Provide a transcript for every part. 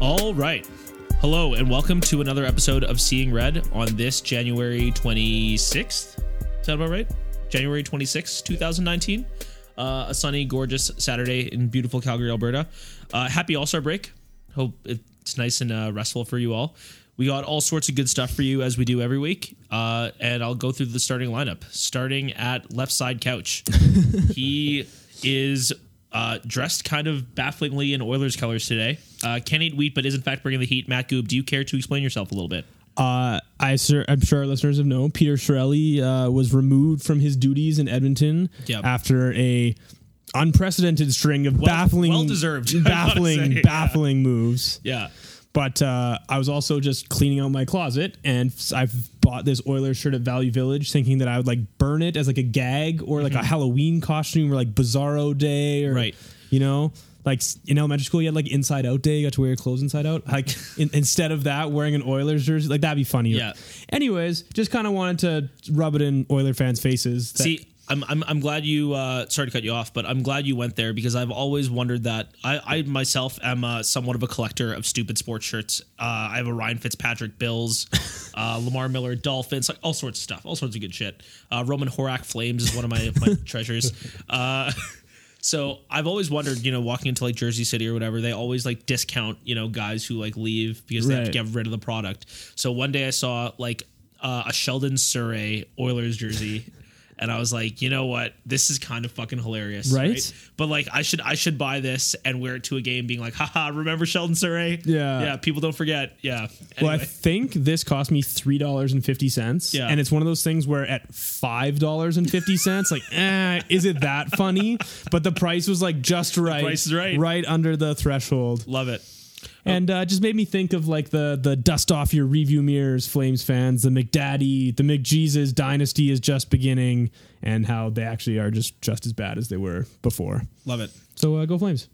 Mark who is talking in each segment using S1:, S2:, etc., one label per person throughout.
S1: All right. Hello, and welcome to another episode of Seeing Red on this January 26th. Is that about right? January 26th, 2019. Uh, a sunny, gorgeous Saturday in beautiful Calgary, Alberta. Uh, happy All Star break. Hope it's nice and uh, restful for you all. We got all sorts of good stuff for you as we do every week. Uh, and I'll go through the starting lineup, starting at left side couch. he is uh, dressed kind of bafflingly in Oilers colors today. Uh, can eat wheat, but is in fact bringing the heat. Matt Goob, do you care to explain yourself a little bit?
S2: Uh, I sur- I'm sure our listeners have known Peter Shirelli uh, was removed from his duties in Edmonton
S1: Yep.
S2: after a unprecedented string of baffling,
S1: well-deserved, I gotta
S2: baffling,
S1: say, yeah.
S2: baffling moves.
S1: Yeah.
S2: But uh, I was also just cleaning out my closet, and s- I've bought this Oilers shirt at Value Village, thinking that I would like burn it as like a gag or like a Halloween costume or like Bizarro Day or
S1: Mm-hmm. Right.
S2: you know. Like s- in elementary school, you had like Inside Out Day. You got to wear your clothes inside out. Like in, instead of that, wearing an Oilers jersey, like that'd be funnier.
S1: Yeah.
S2: Anyways, just kind of wanted to rub it in Oiler fans' faces. that-
S1: See, I'm, I'm, I'm glad you, uh, sorry to cut you off, but I'm glad you went there because I've always wondered that. I, I myself am uh, somewhat of a collector of stupid sports shirts. Uh, I have a Ryan Fitzpatrick Bills, uh, Lamar Miller Dolphins, like all sorts of stuff, all sorts of good shit. Uh, Roman Horak Flames is one of my, my treasures. Uh, So I've always wondered, you know, walking into like Jersey City or whatever, they always like discount, you know, guys who like leave because they have to
S2: Right.
S1: get rid of the product. So one day I saw like uh, a Sheldon Surrey Oilers jersey. And I was like, you know what? This is kind of fucking hilarious, right?
S2: Right?
S1: But like, I should I should buy this and wear it to a game, being like, haha, remember Sheldon Surrey?
S2: Yeah.
S1: yeah. People don't forget. Yeah.
S2: Well, I
S1: Anyway.
S2: think this cost me three dollars and fifty cents.
S1: Yeah.
S2: And it's one of those things where at five dollars and fifty cents, like, eh, is it that funny? But the price was like just right.
S1: price is right.
S2: Right under the threshold.
S1: love it.
S2: And uh, it just made me think of like the the dust off your review mirrors, Flames fans, the McDaddy, the McJesus dynasty is just beginning, and how they actually are just just as bad as they were before.
S1: Love it.
S2: So uh, go Flames.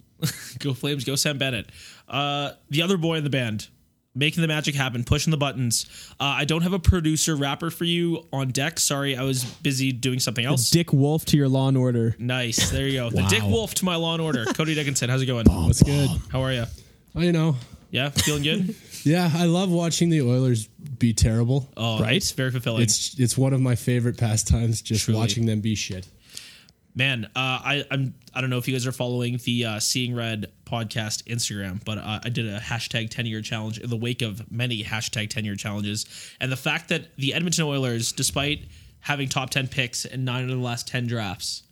S1: go Flames, go Sam Bennett. Uh, the other boy in the band, making the magic happen, pushing the buttons. Uh, I don't have a producer rapper for you on deck. Sorry, I was busy doing something else.
S2: Dick Wolf to your Law and Order.
S1: nice, there you go. The Dick Wolf to my Law and Order. Cody Dickinson, how's it going?
S2: What's good?
S1: How are you?
S3: Well, you know,
S1: Yeah, feeling good.
S3: yeah, I love watching the Oilers be terrible.
S1: Oh,
S2: Right?
S1: it's very fulfilling.
S3: It's it's one of my favorite pastimes, just
S1: Truly.
S3: watching them be shit.
S1: Man, uh, I I'm I don't know if you guys are following the uh, Seeing Red podcast Instagram, but uh, I did a hashtag ten year challenge in the wake of many hashtag ten year challenges, and the fact that the Edmonton Oilers, despite having top ten picks in nine of the last ten drafts,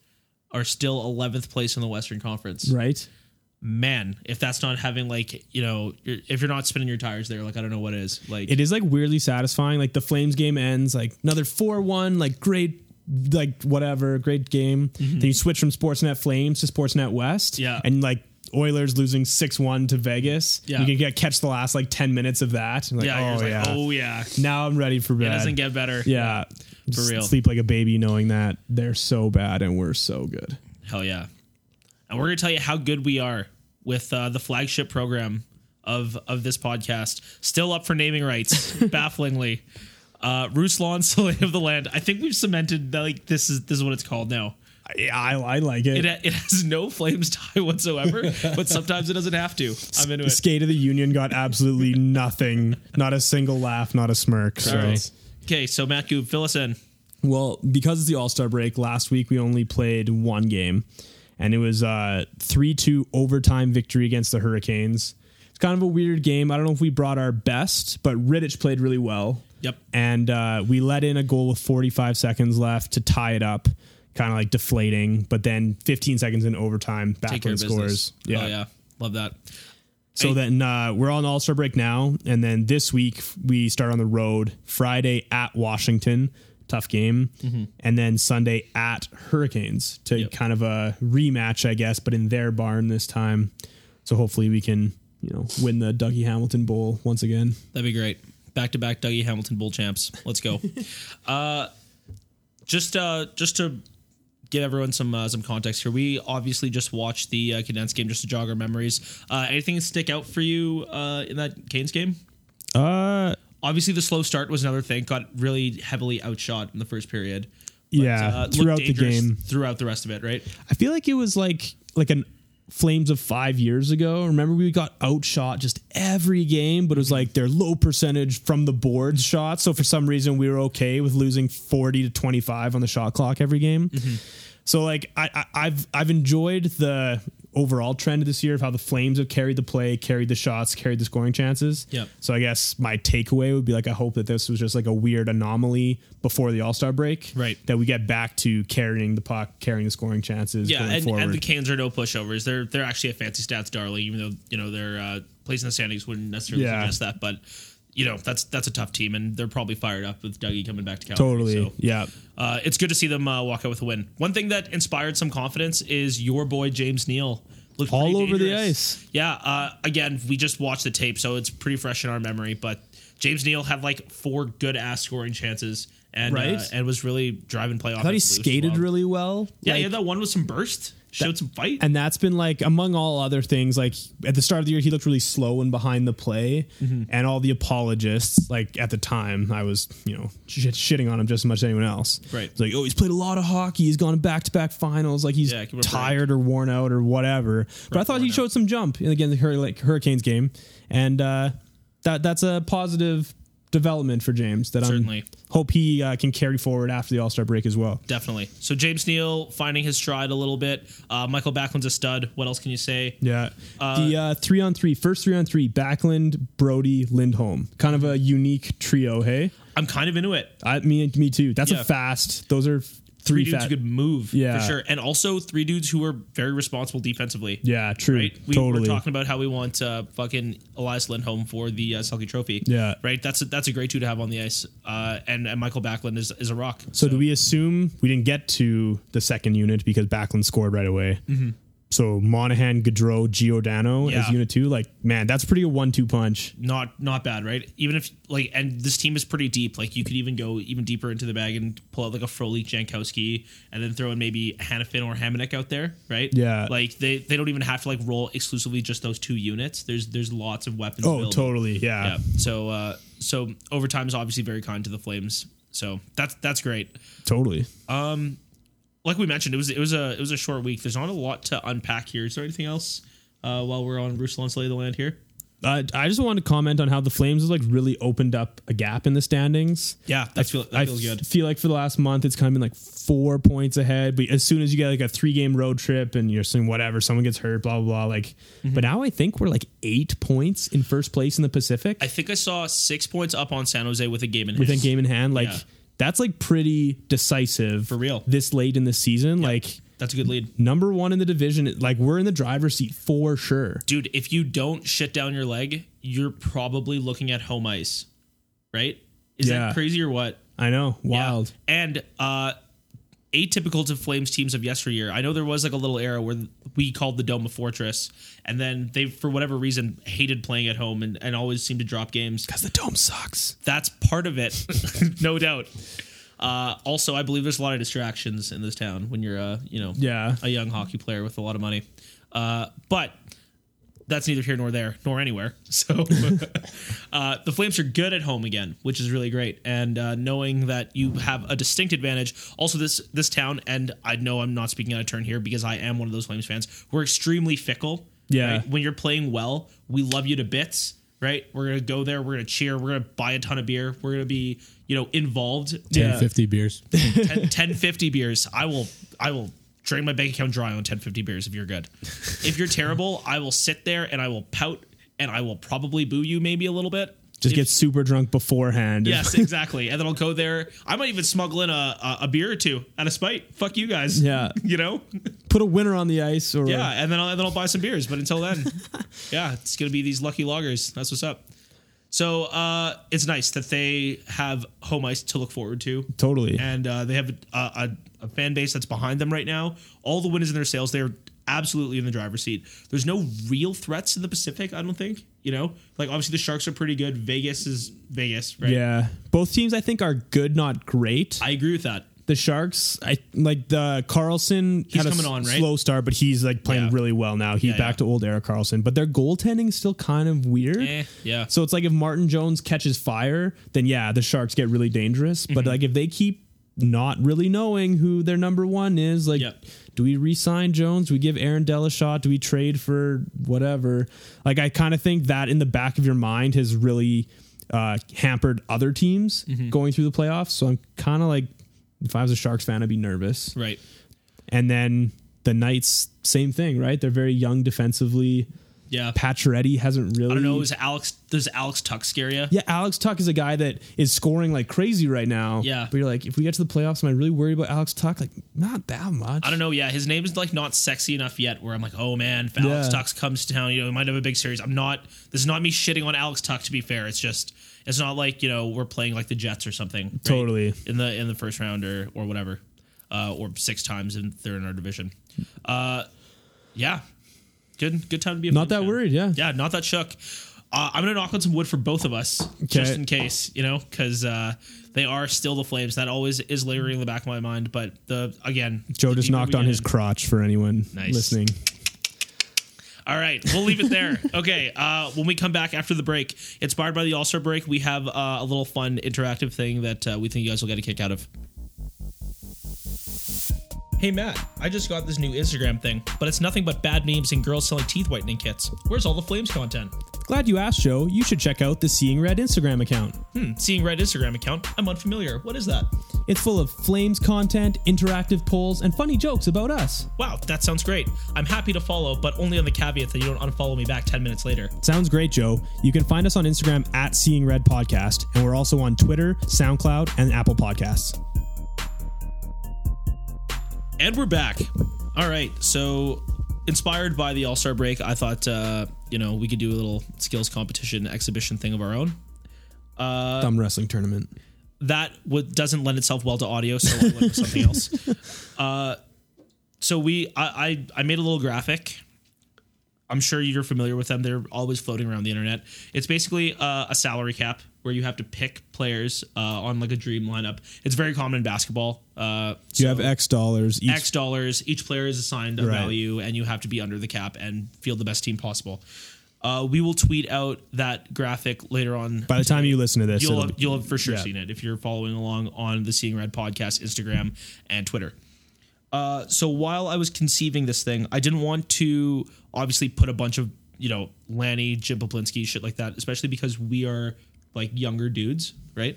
S1: are still eleventh place in the Western Conference.
S2: Right.
S1: Man, if that's not having like you know, you're, if you're not spinning your tires there, like I don't know what is. Like
S2: it is like weirdly satisfying. Like the Flames game ends, like another four one, like great, like whatever, great game. Then you switch from Sportsnet Flames to Sportsnet West,
S1: Mm-hmm. Yeah.
S2: and like Oilers losing six one to Vegas.
S1: Yeah.
S2: you can get, catch the last like ten minutes of that. And like,
S1: yeah, you're
S2: oh
S1: just
S2: yeah,
S1: like, oh yeah,
S2: now I'm ready for
S1: it
S2: bed.
S1: doesn't get better.
S2: yeah, Just
S1: real.
S2: Sleep like a baby, knowing that they're so bad and we're so good.
S1: Hell yeah. And we're going to tell you how good we are with uh, the flagship program of of this podcast. Still up for naming rights, bafflingly. Uh, Ruslan Soleil of the Land. I think we've cemented that like this is this is what it's called now.
S2: I, I, I like it.
S1: It, it has no flames tie whatsoever, but sometimes it doesn't have to. I'm into it.
S2: Skate of the Union got absolutely nothing, not a single laugh, not a smirk. So.
S1: Sorry. Okay, so Matt Goob, fill us in.
S2: Well, because it's the All Star break, last week we only played one game, and it was a 3 2 overtime victory against the Hurricanes. It's kind of a weird game. I don't know if we brought our best, but Riddich played really well.
S1: Yep.
S2: And uh, we let in a goal with 45 seconds left to tie it up, kind of like deflating. But then 15 seconds in overtime,
S1: Take care
S2: Backlund
S1: of business.
S2: scores.
S1: Oh, yeah. Love that.
S2: So then uh, we're on All Star break now, and then this week we start on the road Friday at Washington, tough game, and then Sunday at Hurricanes to
S1: Mm-hmm. Yep.
S2: kind of a rematch, I guess, but in their barn this time. So hopefully we can you know win the Dougie Hamilton Bowl once again.
S1: That'd be great. Back to back Dougie Hamilton Bull champs. Let's go. uh, just uh, just to give everyone some uh, some context here, we obviously just watched the uh, condensed game just to jog our memories. Uh, anything stick out for you uh, in that Canes game?
S2: Uh,
S1: Obviously, the slow start was another thing. Got really heavily outshot in the first period.
S2: yeah,
S1: Uh, looked
S2: throughout the
S1: dangerous
S2: game,
S1: throughout the rest of it, right?
S2: I feel like it was like like an Flames of five years ago. Remember, we got outshot just every game, but it was like their low percentage from the board shots. So for some reason, we were okay with losing 40 to 25 on the shot clock every game. So like I, I, I've I've enjoyed the overall trend this year of how the Flames have carried the play, carried the shots, carried the scoring chances.
S1: Yep.
S2: So I guess my takeaway would be like I hope that this was just like a weird anomaly before the All Star break.
S1: Right.
S2: That we get back to carrying the puck, carrying the scoring chances.
S1: Yeah,
S2: going
S1: and,
S2: forward.
S1: and the Canes are no pushovers. They're they're actually a fancy stats darling, even though you know their uh, place in the standings wouldn't necessarily
S2: Yeah.
S1: suggest that. But you know that's that's a tough team, and they're probably fired up with Dougie coming back to Calgary.
S2: totally.
S1: so,
S2: Yeah.
S1: uh, it's good to see them uh, walk out with a win. One thing that inspired some confidence is your boy James Neal. Looked
S2: All
S1: pretty
S2: over the
S1: dangerous.
S2: ice.
S1: Yeah. Uh, again, we just watched the tape, so it's pretty fresh in our memory. But James Neal had like four good ass scoring chances, and uh,
S2: Right.
S1: and was really driving play off.
S2: I thought he skated really well.
S1: Yeah,
S2: Like,
S1: yeah, that one with some burst, showed some fight.
S2: and that's been like among all other things like at the start of the year he looked really slow and behind the play
S1: Mm-hmm.
S2: and all the apologists like at the time i was you know sh- shitting on him just as much as anyone else
S1: Right.
S2: it's like oh he's played a lot of hockey he's gone back to back finals like he's
S1: Yeah, I can remember
S2: tired or worn out or whatever but i thought he
S1: worn out.
S2: showed some jump in again the Hur- like hurricanes game and uh that that's a positive development for james that i
S1: Certainly.
S2: hope he uh, can carry forward after the all-star break as well
S1: Definitely. So James Neal finding his stride a little bit. Uh, Michael Backlund's a stud. What else can you say?
S2: Yeah. the uh, three on three, first three on three, Backlund, Brody, Lindholm. Kind of a unique trio, hey?
S1: I'm kind of into it.
S2: I me me too. That's
S1: Yeah.
S2: a fast. Those are
S1: Three
S2: three,
S1: dudes
S2: fast.
S1: who could move
S2: Yeah.
S1: for sure, and also three dudes who are very responsible defensively.
S2: yeah, true.
S1: Right? We
S2: totally.
S1: were talking about how we want uh, fucking Elias Lindholm for the uh, Selke Trophy.
S2: Yeah.
S1: Right. That's a, that's a great two to have on the ice. Uh, and, and Michael Backlund is, is a rock.
S2: so, do we assume we didn't get to the second unit because Backlund scored right away? So Monahan, Gaudreau, Giordano
S1: Mm-hmm. Yeah.
S2: as unit two. Like, man, that's pretty a one two punch.
S1: not not bad, right? Even if like, and this team is pretty deep. Like you could even go even deeper into the bag and pull out like a Frolik, Jankowski, and then throw in maybe Hannafin or Hamannik out there, right?
S2: Yeah.
S1: Like they they don't even have to like roll exclusively just those two units. There's there's lots of weapons.
S2: Oh,
S1: available.
S2: totally.
S1: Yeah.
S2: Yeah.
S1: So uh, so overtime is obviously very kind to the Flames. So that's that's great.
S2: Totally.
S1: Like we mentioned, it was it was a it was a short week. There's not a lot to unpack here. Is there anything else uh, while we're on Bruce Lay of the Land here?
S2: Uh, I just wanted to comment on how the Flames have like really opened up a gap in the standings.
S1: Yeah, that, feel, that
S2: I
S1: feels good.
S2: f- feel like for the last month, it's kind of been like four points ahead. But as soon as you get like a three game road trip and you're saying whatever, someone gets hurt, blah, blah, blah. Like,
S1: Mm-hmm.
S2: but now I think we're like eight points in first place in the Pacific
S1: I think I saw six points up on San Jose with a game in hand.
S2: with a game in hand. Like,
S1: Yeah.
S2: that's like pretty decisive for
S1: real.
S2: this late in the season. Like,
S1: That's a good lead.
S2: number one in the division, like, we're in the driver's seat for sure.
S1: Dude, if you don't shit down your leg, you're probably looking at home ice, right? Is
S2: Yeah.
S1: that crazy or what?
S2: I know. Wild.
S1: Yeah. And uh, atypical to Flames teams of yesteryear. I know there was like a little era where we called the Dome a fortress, and then they, for whatever reason, hated playing at home and, and always seemed to drop games.
S2: Because the dome sucks.
S1: That's part of it, no doubt. Uh, also, I believe there's a lot of distractions in this town when you're, uh, you know,
S2: Yeah.
S1: a young hockey player with a lot of money. Uh, but that's neither here nor there, nor anywhere. So uh, the Flames are good at home again, which is really great. And uh, knowing that you have a distinct advantage, also this this town, and I know I'm not speaking out of turn here because I am one of those Flames fans. We're extremely fickle.
S2: Yeah.
S1: right? when you're playing well, we love you to bits. Right, we're gonna go there. We're gonna cheer. We're gonna buy a ton of beer. We're gonna be, you know, involved.
S3: 50 beers.
S1: 10 50 beers i will i will drain my bank account dry on 10 50 beers if you're good if you're terrible i will sit there and i will pout and i will probably boo you maybe a little bit
S2: Just
S1: If-
S2: get super drunk beforehand.
S1: yes exactly and then i'll go there i might even smuggle in a, a, a beer or two out of spite fuck you guys
S2: Yeah.
S1: you know
S2: Put a winner on the ice or
S1: yeah and then i'll, and then I'll buy some beers but until then yeah it's gonna be these lucky loggers that's what's up so uh, it's nice that they have home ice to look forward to
S2: totally.
S1: and uh, they have a, a, a fan base that's behind them right now. All the winners in their sales, they're absolutely in the driver's seat. There's no real threats in the Pacific, I don't think. You know, like obviously the Sharks are pretty good. Vegas is Vegas, right?
S2: Yeah. Both teams I think are good, not great.
S1: I agree with that.
S2: the Sharks, I like the Carlson he's
S1: coming on, right?
S2: slow start, but he's like playing
S1: Yeah.
S2: really well now. He's
S1: Yeah,
S2: back
S1: yeah.
S2: to old era Carlson. But their goaltending is still kind of weird.
S1: Eh, yeah.
S2: So it's like if Martin Jones catches fire, then yeah, the Sharks get
S1: Mm-hmm.
S2: really dangerous. But like if they keep not really knowing who their number one is, like
S1: Yep.
S2: do we re-sign Jones? Do we give Aaron Dell a shot? Do we trade for whatever? Like I kind of think that in the back of your mind has really uh, hampered other teams
S1: Mm-hmm.
S2: going through the playoffs. So I'm kind of like, if I was a Sharks fan, I'd be nervous.
S1: Right.
S2: And then the Knights, same thing, right? They're very young defensively.
S1: Yeah.
S2: Pacioretty hasn't really.
S1: I don't know. Is Alex? Does Alex Tuck scare you?
S2: Yeah, Alex Tuck is a guy that is scoring like crazy right now.
S1: Yeah.
S2: But you're like, if we get to the playoffs, am I really worried about Alex Tuck? Like, not that much.
S1: I don't know. Yeah, his name's like not sexy enough yet. Where I'm like, oh man, if Alex
S2: Yeah.
S1: Tuck comes to town, you know, he might have a big series. I'm not. This is not me shitting on Alex Tuck. To be fair, it's just it's not like you know we're playing like the Jets or something. right?
S2: Totally.
S1: in the in the first round or or whatever, uh, or six times and they're in our division. Uh, yeah, good good time to be a Flames
S2: Not that
S1: fan.
S2: worried, yeah.
S1: Yeah, not that shook. Uh, I'm gonna knock on some wood for both of us, just in case, you know, because uh, they are still the Flames. That always is lingering in the back of my mind. But the again,
S2: Joe
S1: the
S2: just
S1: deeper
S2: knocked
S1: we
S2: on
S1: get
S2: his
S1: in-
S2: crotch for anyone
S1: Nice.
S2: listening.
S1: All right, we'll leave it there. okay, uh, when we come back after the break, inspired by the All Star break, we have uh, a little fun interactive thing that uh, we think you guys will get a kick out of. Hey Matt, I just got this new Instagram thing, but it's nothing but bad memes and girls selling teeth whitening kits. Where's all the flames content?
S2: Glad you asked, Joe. You should check out the Seeing Red Instagram account.
S1: Hmm, seeing red Instagram account. I'm unfamiliar. What is that?
S2: It's full of flames content, interactive polls, and funny jokes about us.
S1: Wow, that sounds great. I'm happy to follow, but only on the caveat that you don't unfollow me back 10 minutes later.
S2: Sounds great, Joe. You can find us on Instagram at Seeing Red Podcast, and we're also on Twitter, SoundCloud, and Apple Podcasts.
S1: And we're back. All right. So, inspired by the All Star break, I thought, uh, you know, we could do a little skills competition exhibition thing of our own. Uh,
S2: Thumb wrestling tournament.
S1: That would doesn't lend itself well to audio, so I went with something else. Uh, so we, I, I, I made a little graphic. I'm sure you're familiar with them. They're always floating around the internet. It's basically uh, a salary cap where you have to pick players uh, on like a dream lineup. It's very common in basketball. Uh,
S2: You
S1: so-
S2: have X dollars each.
S1: X dollars. Each player is assigned a
S2: Right.
S1: value, and you have to be under the cap and field the best team possible. Uh, we will tweet out that graphic later on.
S2: By the time you listen to this,
S1: you'll
S2: it'll
S1: have,
S2: be-
S1: you'll have for sure
S2: yeah.
S1: seen it if you're following along on the Seeing Red podcast, Instagram, and Twitter. Uh, so while I was conceiving this thing, I didn't want to obviously put a bunch of you know Lanny, Jim Poplinski, shit like that, especially because we are like younger dudes, right?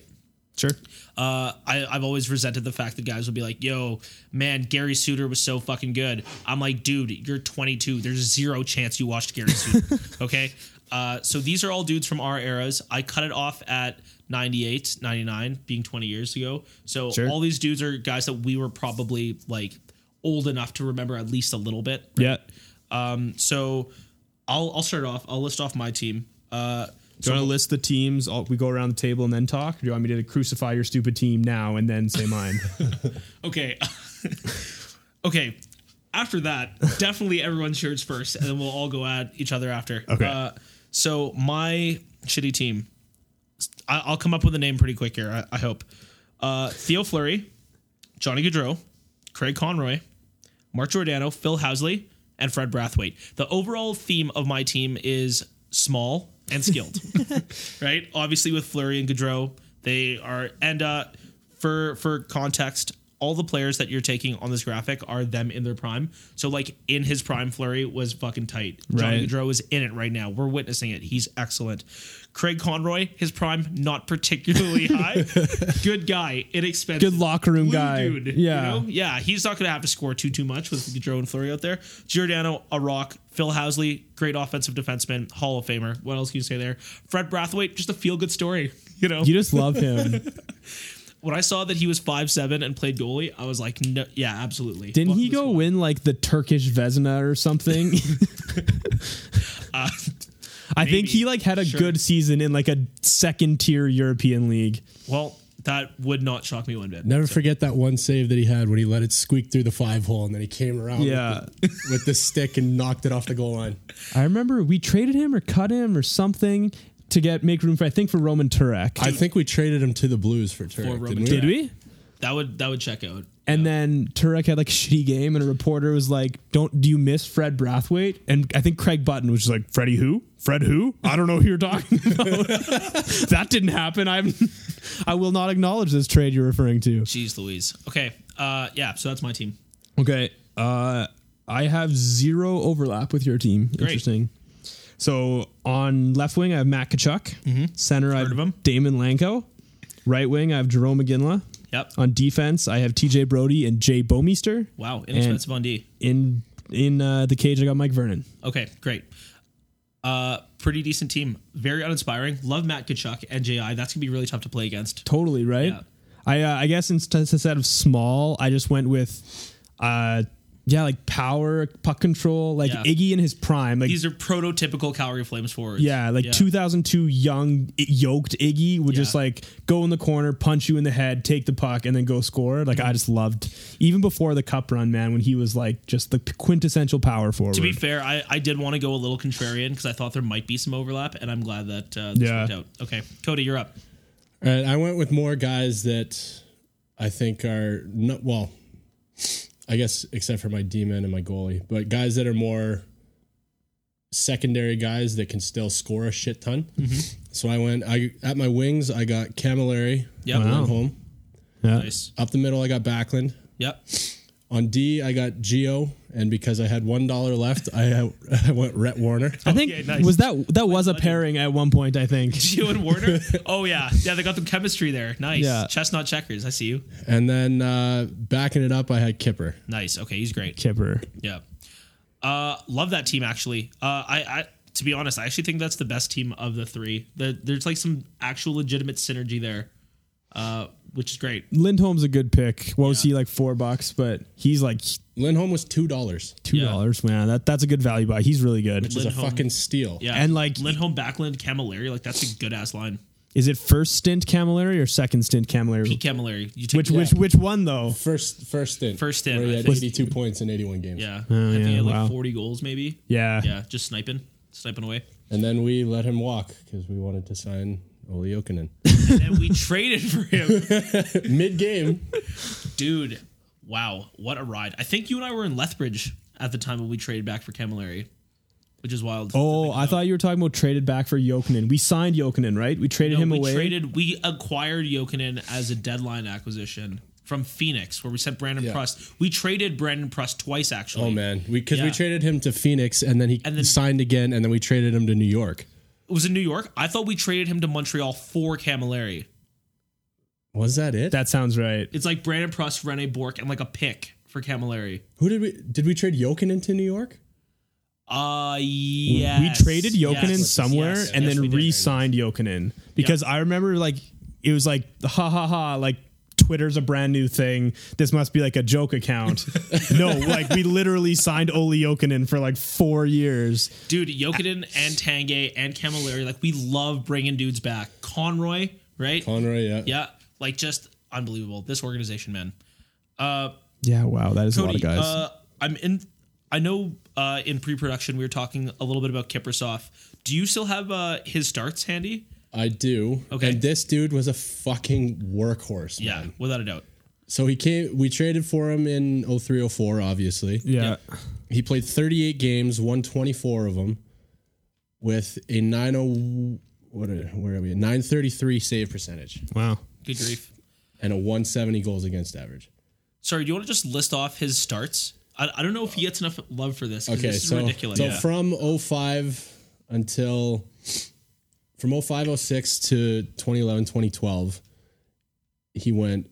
S2: sure.
S1: Uh, I, I've always resented the fact that guys would be like, "Yo, man, Gary Suter was so fucking good." I'm like, dude, you're 22. There's zero chance you watched Gary Suter. okay. Uh, so these are all dudes from our eras. I cut it off at 98, 99, being 20 years ago. So
S2: Sure.
S1: all these dudes are guys that we were probably like old enough to remember at least a little bit.
S2: Yeah.
S1: Um, so I'll I'll start off. I'll list off my team. Uh,
S2: Do you want to list the teams? All, we go around the table and then talk. Or do you want me to crucify your stupid team now and then say mine?
S1: Okay. okay. After that, definitely everyone cheers first, and then we'll all go at each other after.
S2: Okay.
S1: Uh, so my shitty team, I, I'll come up with a name pretty quick here. I, I hope. Uh, Theo Fleury, Johnny Gaudreau, Craig Conroy, Mark Giordano, Phil Housley, and Fred Brathwaite. The overall theme of my team is small and skilled, right? Obviously, with Fleury and Gaudreau, they are. And uh, for for context, all the players that you're taking on this graphic are them in their prime. So, like in his prime, Fleury was fucking tight. Johnny
S2: Right.
S1: Gaudreau is in it right now. We're witnessing it. He's excellent. Craig Conroy, his prime, not particularly high. Good guy, inexpensive
S2: Good locker room
S1: blue
S2: guy.
S1: dude.
S2: yeah.
S1: you know? yeah. He's not going to have to score too too much with Gaudreau and Fleury out there. Giordano, a rock. Phil Housley, great offensive defenseman, Hall of Famer. What else can you say there? Fred Brathwaite, just a feel good story. You know,
S2: You just love him.
S1: when I saw that he was five seven and played goalie, I was like, no, yeah, absolutely.
S2: Didn't
S1: Welcome
S2: he
S1: to
S2: go win like the Turkish Vezina or something? I think he like had a
S1: Uh, Sure.
S2: good season in like a second tier European league.
S1: the- Well, that would not shock me one bit.
S3: Never forget that one save that he had when he let it squeak through the five hole and then he came around
S2: Yeah.
S3: with, the, with the stick and knocked it off the goal line.
S2: I remember we traded him or cut him or something to get make room for I think for Roman Turek.
S3: I think we traded him to the Blues for Turek.
S1: Roman
S3: didn't we?
S2: Did we?
S1: That would that would check out.
S2: And then Turek had like a shitty game, and a reporter was like, "Don't do you miss Fred Brathwaite?" And I think Craig Button was just like, "Freddie who? Fred who? I don't know who you're talking about. that didn't happen. I'm, I will not acknowledge this trade you're referring to."
S1: Jeez Louise. Okay. Uh, yeah. So that's my team.
S2: Okay, uh, Uh, I have zero overlap with your team. Interesting. So on left wing, I have Matt Kachuk. Center, I
S1: Heard of him.
S2: have Damon Lanko. Right wing, I have Jerome McGinley.
S1: Yep.
S2: On defense, I have TJ Brody and Jay Bomeister.
S1: Wow. Inexpensive on D.
S2: In in uh, the cage, I got Mike Vernon.
S1: Okay, great. Uh, pretty decent team. Very uninspiring. Love Matt Kachuk and JI. That's gonna be really tough to play against.
S2: Totally right.
S1: Yeah.
S2: I uh, I guess inst- instead of small, I just went with, uh, yeah, like power, puck control, like
S1: Yeah.
S2: Iggy in his prime, like
S1: These are prototypical Calgary Flames forwards.
S2: yeah, like 2002 young i- yoked Iggy would just
S1: Yeah.
S2: like go in the corner, punch you in the head, take the puck, and then go score. Like
S1: Mm-hmm.
S2: I just loved even before the cup run, man, when he was like just the quintessential power forward.
S1: To be fair, I, I did want to go a little contrarian because I thought there might be some overlap, and I'm glad that uh, this
S2: Yeah.
S1: worked out. Okay, Cody, you're up.
S3: All right, I went with more guys that I think are not well. I guess except for my demon and my goalie, but guys that are more secondary guys that can still score a shit ton. So I went. I at my wings, I got Camilleri.
S1: Yep.
S3: I
S2: Wow.
S3: went home.
S2: yeah.
S1: Nice.
S3: Up the middle, I got Backlund.
S1: Yep.
S3: On D, I got Geo, and because I had one dollar left, I, I went Rhett Warner.
S2: I think
S1: Okay, nice.
S2: was that that was a pairing at one point. I think.
S1: Gio and Warner. Oh yeah, yeah. They got the chemistry there. Nice.
S2: Yeah.
S1: Chestnut checkers. I see you.
S3: And then uh, backing it up, I had Kipper.
S1: Nice. Okay, he's great.
S2: Kipper.
S1: Yeah. Uh, love that team actually. Uh, I, I to be honest, I actually think that's the best team of the three. There, there's like some actual legitimate synergy there, uh, which is great.
S2: Lindholm's a good pick. What was he like four bucks? But he's like
S3: Lindholm was two dollars,
S2: two dollars, man. That that's a good value buy. He's really good.
S3: which is a
S1: Lindholm.
S3: fucking steal.
S1: Yeah,
S2: And, like-
S1: Lindholm, Backlund, Camilleri, like that's a good ass line.
S2: Is it first stint Camilleri or second stint
S1: Pete
S2: Camilleri?
S1: Camilleri, you take
S2: Which which which one though?
S3: First, first stint.
S1: First stint,
S3: Where
S1: I
S3: he had
S1: think.
S3: 82 points in 81 games.
S1: yeah,
S2: Oh,
S1: I think he
S2: yeah,
S1: had like
S2: wow.
S1: 40 goals maybe.
S2: Yeah.
S1: yeah, just sniping, sniping away.
S3: And then we let him walk because we wanted to sign Ole Jokinen.
S1: and we traded for him,
S3: Mid game,
S1: dude. Wow, what a ride! I think you and I were in Lethbridge at the time when we traded back for Camilleri, which is wild.
S2: Oh, I thought you were talking about traded back for Jokinen. We signed Jokinen, right? We traded
S1: No,
S2: him
S1: we
S2: away.
S1: traded. We acquired Jokinen as a deadline acquisition from Phoenix, where we sent Brandon
S3: Yeah.
S1: Prust. We traded Brandon Prust twice, actually.
S3: oh man, we because we
S1: Yeah.
S3: traded him to Phoenix, and then he
S1: And then-
S3: signed again, and then we traded him to New York.
S1: it was in New York. I thought we traded him to Montreal for Camilleri.
S3: Was that it?
S2: that sounds right.
S1: It's like Brandon Prust, Rene Bork, and like a pick for Camilleri.
S3: Who did we did we trade Jokinen to New York?
S1: Uh, yes.
S2: We traded Jokinen
S1: Yes.
S2: somewhere
S1: Yes.
S2: and
S1: Yes, we
S2: then
S1: did.
S2: re-signed Jokinen because I remember like it was like ha ha ha like Twitter's a brand new thing. This must be like a joke account. no, like we literally signed Ole Jokinen for like four years.
S1: dude, Jokinen and Tange and Camilleri. Like we love bringing dudes back. Conroy, right?
S3: Conroy, yeah.
S1: yeah, like just unbelievable. This organization, man. Uh.
S2: Yeah, wow, that is
S1: Cody, Uh, I'm in. I know uh, in pre-production we were talking a little bit about Kiprasov. Do you still have uh, his starts handy?
S3: I do.
S1: Okay.
S3: And this dude was a fucking workhorse.
S1: Yeah,
S3: man.
S1: without a doubt.
S3: So he came. We traded for him in 0304, obviously.
S2: yeah.
S3: He played 38 games, won 24 of them, with a 90. What are, where are we? A 933 save percentage
S2: Wow.
S1: Good grief.
S3: and a 170 goals against average.
S1: Sorry, do you want to just list off his starts? I, I don't know if he gets enough love for this. 'cause
S3: Okay,
S1: this
S3: so
S1: is ridiculous.
S3: so
S1: Yeah.
S3: from 05 until from 05 06 to 2011 2012, he went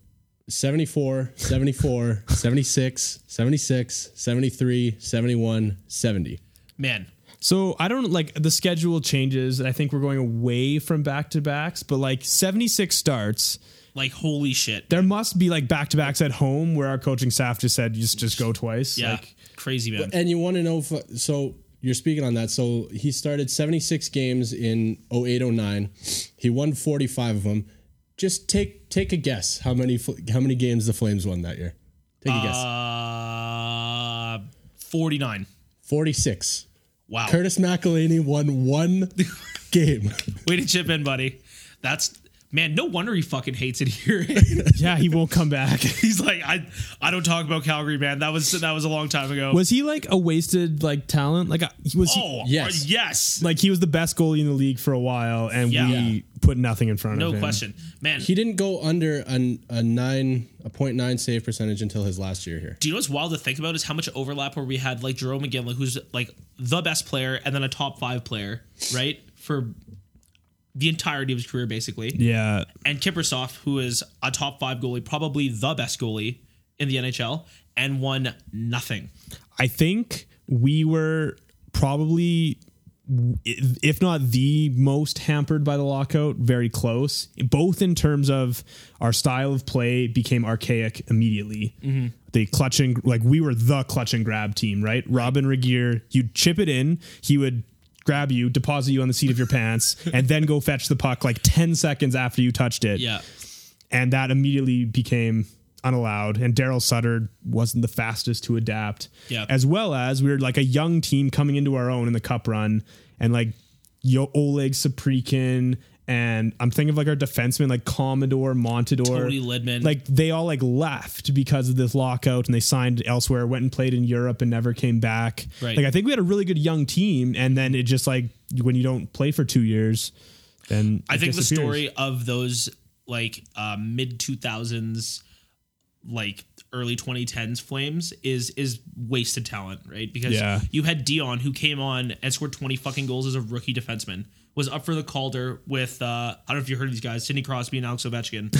S3: 74, 74, 76, 76, 73, 71, 70.
S1: Man,
S2: So I don't like the schedule changes, and I think we're going away from back to backs. But like seventy six starts,
S1: like holy shit.
S2: there must be like back to backs at home where our coaching staff just said just just go twice.
S1: Yeah,
S2: Like,
S1: crazy man.
S3: And you want to know if, so you're speaking on that. So he started 76 games in 08 09. He won 45 of them. Just take take a guess how many fl- how many games the Flames won that year. Take a guess.
S1: Uh, forty-nine.
S3: 46.
S1: Wow.
S3: Curtis McElhaney won one game.
S1: Way to chip in, buddy. That's man. No wonder he fucking hates it here.
S2: yeah, he won't come back.
S1: He's like, I, I don't talk about Calgary, man. That was that was a long time ago.
S2: was he like a wasted like talent? Like uh, he was he-
S1: Oh, yes.
S3: Yes.
S1: yes.
S2: like he was the best goalie in the league for a while, and
S1: Yeah.
S2: we put nothing in front
S1: No
S2: of him.
S1: question. Man,
S3: He didn't go under an, a nine a .9 save percentage until his last year here.
S1: Do you know what's wild to think about is how much overlap where we had like Jerome McGinley, who's like the best player, and then a top five player, right? For the entirety of his career, basically.
S2: Yeah.
S1: And Kiprasov, who is a top five goalie, probably the best goalie in the NHL, and won nothing.
S2: I think we were probably, if not the most hampered by the lockout, very close, both in terms of our style of play became archaic immediately. The clutching, like we were the clutch and grab team, right? Robin Regier, you'd chip it in, he would grab you, deposit you on the seat of your pants, and then go fetch the puck like 10 seconds after you touched it
S1: Yeah.
S2: and that immediately became unallowed and daryl sutter wasn't the fastest to adapt
S1: Yeah.
S2: as well as we were like a young team coming into our own in the cup run and like yo oleg saprikin and i'm thinking of like our defensemen like commodore montador
S1: Tony Lidman.
S2: like they all like left because of this lockout and they signed elsewhere went and played in europe and never came back
S1: Right.
S2: like i think we had a really good young team and then it just like when you don't play for two years then
S1: I
S2: it
S1: think the
S2: disappears.
S1: story of those like uh, mid two thousands, like early twenty tens Flames is is wasted talent, right? Because
S2: Yeah.
S1: you had Dion who came on and scored twenty fucking goals as a rookie defenseman, was up for the Calder with uh, I don't know if you heard of these guys, Sidney Crosby and Alex Ovechkin.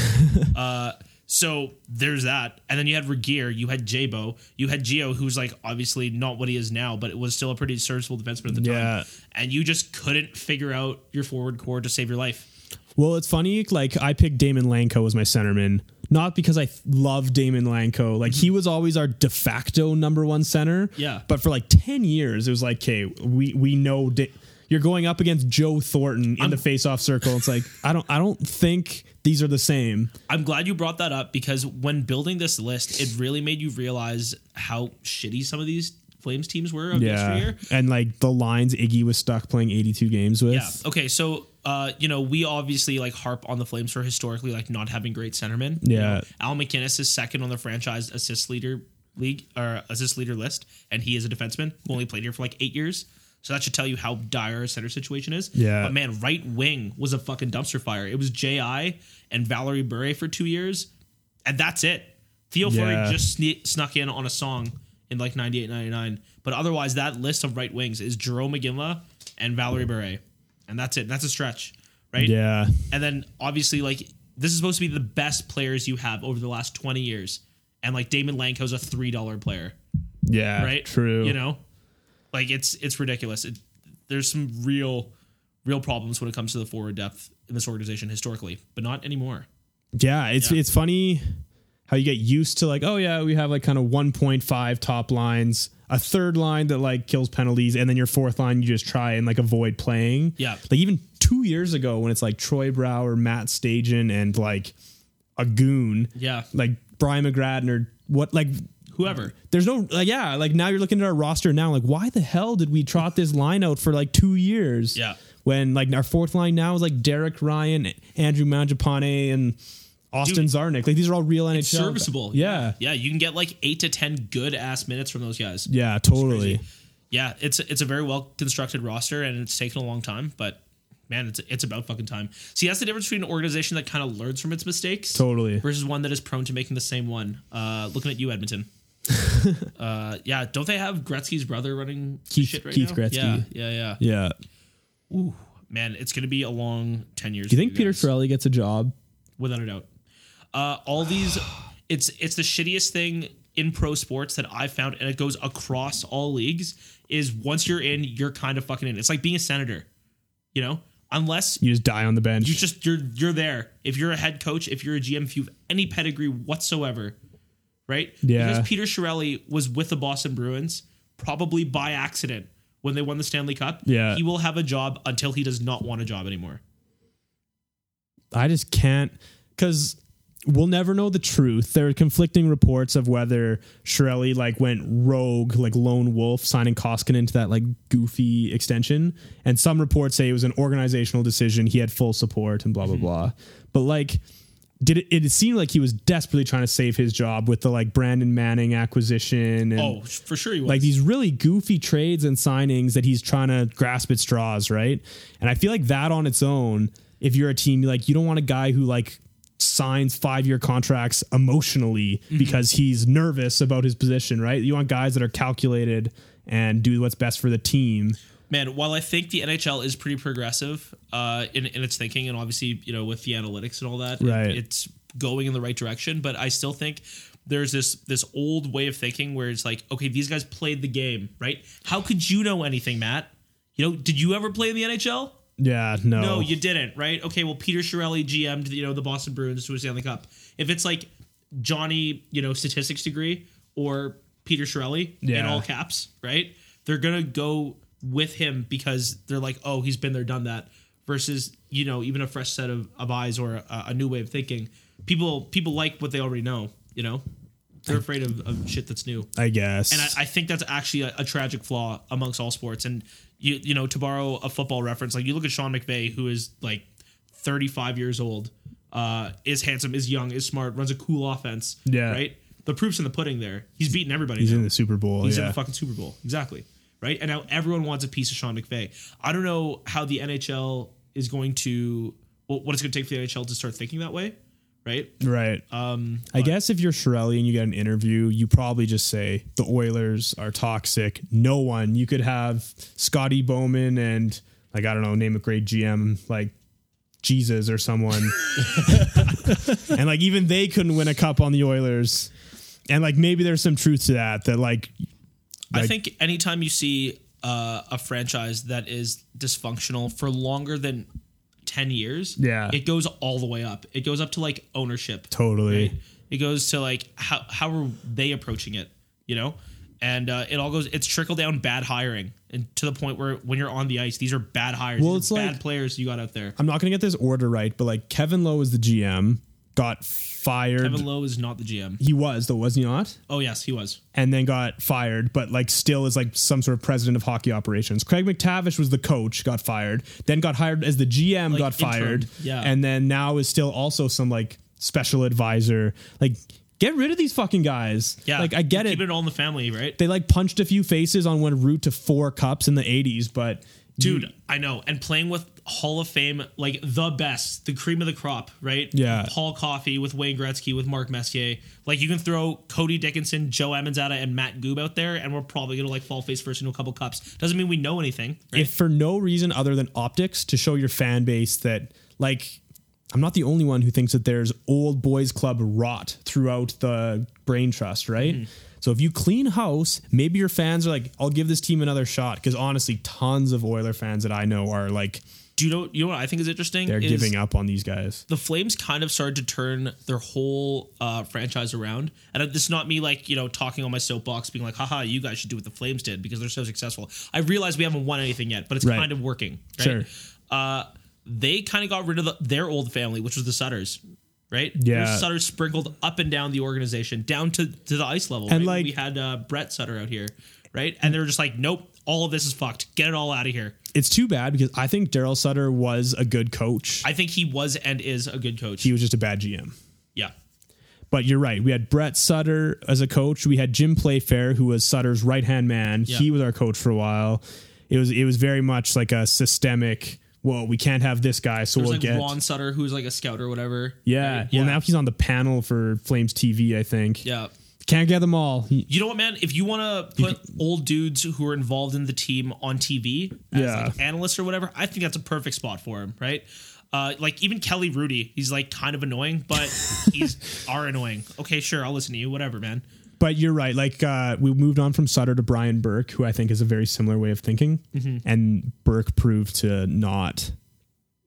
S1: uh, so there's that, and then you had Regier, you had Jabo, you had Gio, who's like obviously not what he is now, but it was still a pretty serviceable defenseman at the
S2: Yeah.
S1: time, and you just couldn't figure out your forward core to save your life.
S2: Well, it's funny. Like I picked Damon Lanko as my centerman, not because I th- love Damon Lanko. Like he was always our de facto number one center.
S1: Yeah.
S2: But for like ten years, it was like, okay, we we know da- you're going up against Joe Thornton in the face-off circle. It's like I don't I don't think these are the same.
S1: I'm glad you brought that up because when building this list, it really made you realize how shitty some of these Flames teams were of yesteryear.
S2: And like the lines Iggy was stuck playing 82 games with.
S1: Yeah. Okay. So, uh, you know, we obviously like harp on the Flames for historically like not having great centermen. You
S2: Yeah.
S1: know, Al McInnes is second on the franchise assist leader league or assist leader list, and he is a defenseman who only played here for like eight years. So that should tell you how dire our center situation is.
S2: Yeah.
S1: But man, right wing was a fucking dumpster fire. It was J.I. and Valerie Bure for two years, and that's it. Theo
S2: Yeah.
S1: Fleury just sne- snuck in on a song in like 98, 99. But otherwise, that list of right wings is Jerome McGinley and Valerie Bure. And that's it. That's a stretch, right?
S2: Yeah.
S1: And then obviously, like, this is supposed to be the best players you have over the last 20 years. And like Damon Lanko's a $3 player,
S2: Yeah.
S1: right?
S2: True.
S1: You know? Like it's it's ridiculous. It, there's some real real problems when it comes to the forward depth in this organization historically, but not anymore.
S2: Yeah, it's it's funny how you get used to like, oh yeah, we have like kind of 1.5 top lines, a third line that like kills penalties, and then your fourth line you just try and like avoid playing.
S1: Yeah.
S2: Like even two years ago when it's like Troy Brower, Matt Stajan, and like a goon.
S1: Yeah.
S2: Like Brian McGradden or what like
S1: Whoever.
S2: there's no like yeah, like now you're looking at our roster now, like why the hell did we trot this line out for like two years?
S1: Yeah.
S2: When like our fourth line now is like Derek Ryan, Andrew Mangiapane, and Austin
S1: Dude,
S2: Zarnik. Like these are all real NHL.
S1: serviceable.
S2: Yeah.
S1: Yeah, you can get like 8 to 10 good ass minutes from those guys.
S2: Yeah, totally.
S1: yeah, it's it's a very well constructed roster, and it's taken a long time, but man, it's it's about fucking time. See, that's the difference between an organization that kind of learns from its mistakes,
S2: Totally.
S1: versus one that is prone to making the same one. Uh, looking at you, Edmonton. uh, yeah, don't they have Gretzky's brother running
S2: Keith-
S1: shit right now?
S2: Keith Gretzky.
S1: Yeah, yeah, yeah,
S2: Yeah.
S1: Man, it's gonna be a long ten years.
S2: Do you think
S1: for
S2: Peter
S1: guys,
S2: Torelli gets a job?
S1: without a doubt? Uh, all these, it's it's the shittiest thing in pro sports that I found, and it goes across all leagues. Is once you're in, you're kind of fucking in. It's like being a senator, you know. Unless
S2: You just die on the bench.
S1: you just you're you're there. If you're a head coach, if you're a GM, if you've any pedigree whatsoever, right?
S2: Yeah.
S1: Because Peter Shirelli was with the Boston Bruins probably by accident when they won the Stanley Cup.
S2: Yeah.
S1: He will have a job until he does not want a job anymore.
S2: I just can't because we'll never know the truth. There are conflicting reports of whether Shirelli like went rogue, like lone wolf, signing Koskinen to that like goofy extension, and some reports say it was an organizational decision. He had full support and blah blah blah. But like. Did it, it seemed like he was desperately trying to save his job with the like Brandon Manning acquisition and
S1: Oh, for sure he was.
S2: like these really goofy trades and signings that he's trying to grasp at straws, right? And I feel like that on its own, if you're a team, like you don't want a guy who like signs five year contracts emotionally
S1: Mm-hmm.
S2: because he's nervous about his position, right? You want guys that are calculated and do what's best for the team.
S1: man while i think the nhl is pretty progressive uh in, in its thinking and obviously you know with the analytics and all that it-
S2: Right.
S1: it's going in the right direction but i still think there's this this old way of thinking where it's like okay these guys played the game right how could you know anything matt you know did you ever play in the nhl
S2: Yeah, no.
S1: no, you didn't, right? Okay, well, Peter Shirelli GM'd, you know, the Boston Bruins to a Stanley Cup. If it's like Johnny, you know, statistics degree or Peter Shirelli in
S2: Yeah.
S1: all caps, right? They're gonna go with him because they're like, oh, he's been there, done that. Versus, you know, even a fresh set of, of eyes or a, a new way of thinking. People people like what they already know. You know, they're afraid of, of shit that's new.
S2: I guess.
S1: And I, I think that's actually a, a tragic flaw amongst all sports. And you you know, to borrow a football reference, like you look at Sean McVay, who is like 35 years old, uh, is handsome, is young, is smart, runs a cool offense.
S2: Yeah.
S1: Right? The proof's in the pudding there. He's beaten everybody.
S2: he's
S1: now.
S2: in the Super Bowl.
S1: He's
S2: yeah.
S1: in the fucking Super Bowl. Exactly. Right? And now everyone wants a piece of Sean McVay. I don't know how the NHL is going to well, what it's going to take for the NHL to start thinking that way, right?
S2: Right. Um, I guess if you're Shirelli and you get an interview, you probably just say the Oilers are toxic. No one. You could have Scotty Bowman and like I don't know, name a great GM like Jesus or someone, and like even they couldn't win a cup on the Oilers, and like maybe there's some truth to that. That like
S1: I think anytime you see uh, a franchise that is dysfunctional for longer than 10 years,
S2: Yeah.
S1: it goes all the way up. It goes up to like ownership.
S2: totally.
S1: It goes to like how how are they approaching it, you know? And uh, it all goes. It's trickle down bad hiring, and to the point where when you're on the ice, these are bad hires.
S2: Well,
S1: These are
S2: it's like-
S1: bad players you got out there.
S2: I'm not gonna get this order right, but like Kevin Lowe is the GM, got fired.
S1: Kevin Lowe is not the GM.
S2: he was though, was he not?
S1: Oh yes, he was.
S2: and then got fired, but like still is like some sort of president of hockey operations. Craig McTavish was the coach, got fired, then got hired as the GM,
S1: interim,
S2: got fired,
S1: yeah.
S2: and then now is still also some like special advisor. Like, get rid of these fucking guys.
S1: Yeah,
S2: like I get
S1: Keep
S2: it.
S1: it all in the family, right?
S2: They like punched a few faces on one route to four cups in the '80s, but
S1: dude i know and playing with hall of fame like the best the cream of the crop right
S2: Yeah.
S1: paul coffey with wayne gretzky with mark messier like you can throw cody dickinson joe amanzada and matt goob out there and we're probably gonna like fall face first into a couple cups doesn't mean we know anything right?
S2: if for no reason other than optics to show your fan base that like I'm not the only one who thinks that there's old boys club rot throughout the brain trust, right?
S1: Mm-hmm.
S2: So if you clean house, maybe your fans are like, I'll give this team another shot. Because honestly, tons of Oiler fans that I know are like,
S1: do you know you know what i think is interesting
S2: they're
S1: is
S2: giving up on these guys.
S1: the Flames kind of started to turn their whole uh, franchise around. And this is not me like, you know, talking on my soapbox, being like, haha, you guys should do what the Flames did because they're so successful. I realize we haven't won anything yet, but it's
S2: Right.
S1: kind of working. Right?
S2: Sure.
S1: Uh, they kind of got rid of the, their old family, which was the Sutters, right?
S2: Yeah.
S1: There's Sutters sprinkled up and down the organization, down to, to the ice level.
S2: And,
S1: right?
S2: like-
S1: we had uh, Brett Sutter out here, right? And they were just like, nope, all of this is fucked. Get it all out of here.
S2: It's too bad because I think Daryl Sutter was a good coach.
S1: I think he was and is a good coach.
S2: he was just a bad GM.
S1: yeah.
S2: But you're right. We had Brett Sutter as a coach. We had Jim Playfair, who was Sutter's right hand man. He was our coach for a while. It was it was very much like a systemic. Well, we can't have this guy, so
S1: There's
S2: we'll
S1: like
S2: get
S1: Ron Sutter, who's like a scout or whatever.
S2: yeah.
S1: yeah.
S2: Well, now he's on the panel for Flames TV. I think
S1: Yeah.
S2: can't get them all. He-
S1: You know what, man? If you want to put old dudes who are involved in the team on TV as
S2: Yeah.
S1: like analysts or whatever, I think that's a perfect spot for him, right? Uh, like even Kelly Rudy, he's like kind of annoying, but he's are annoying. Okay, sure, I'll listen to you. Whatever, man.
S2: But you're right. Like uh, we moved on from Sutter to Brian Burke, who I think is a very similar way of thinking.
S1: Mm-hmm.
S2: And Burke proved to not,